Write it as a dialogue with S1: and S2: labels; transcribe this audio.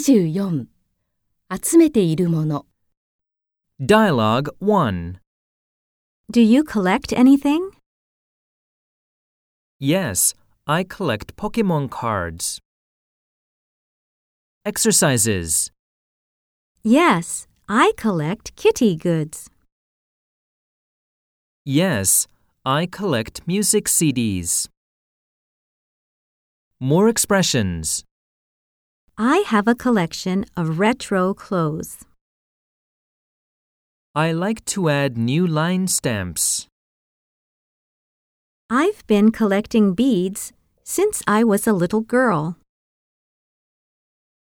S1: 24集めているもの
S2: Dialogue 1.
S3: Do you collect anything?
S2: Yes, I collect Pokemon cards. Exercises.
S3: Yes, I collect kitty goods.
S2: Yes, I collect music CDs. More expressions.
S3: I have a collection of retro clothes.
S2: I like to add new line stamps.
S3: I've been collecting beads since I was a little girl.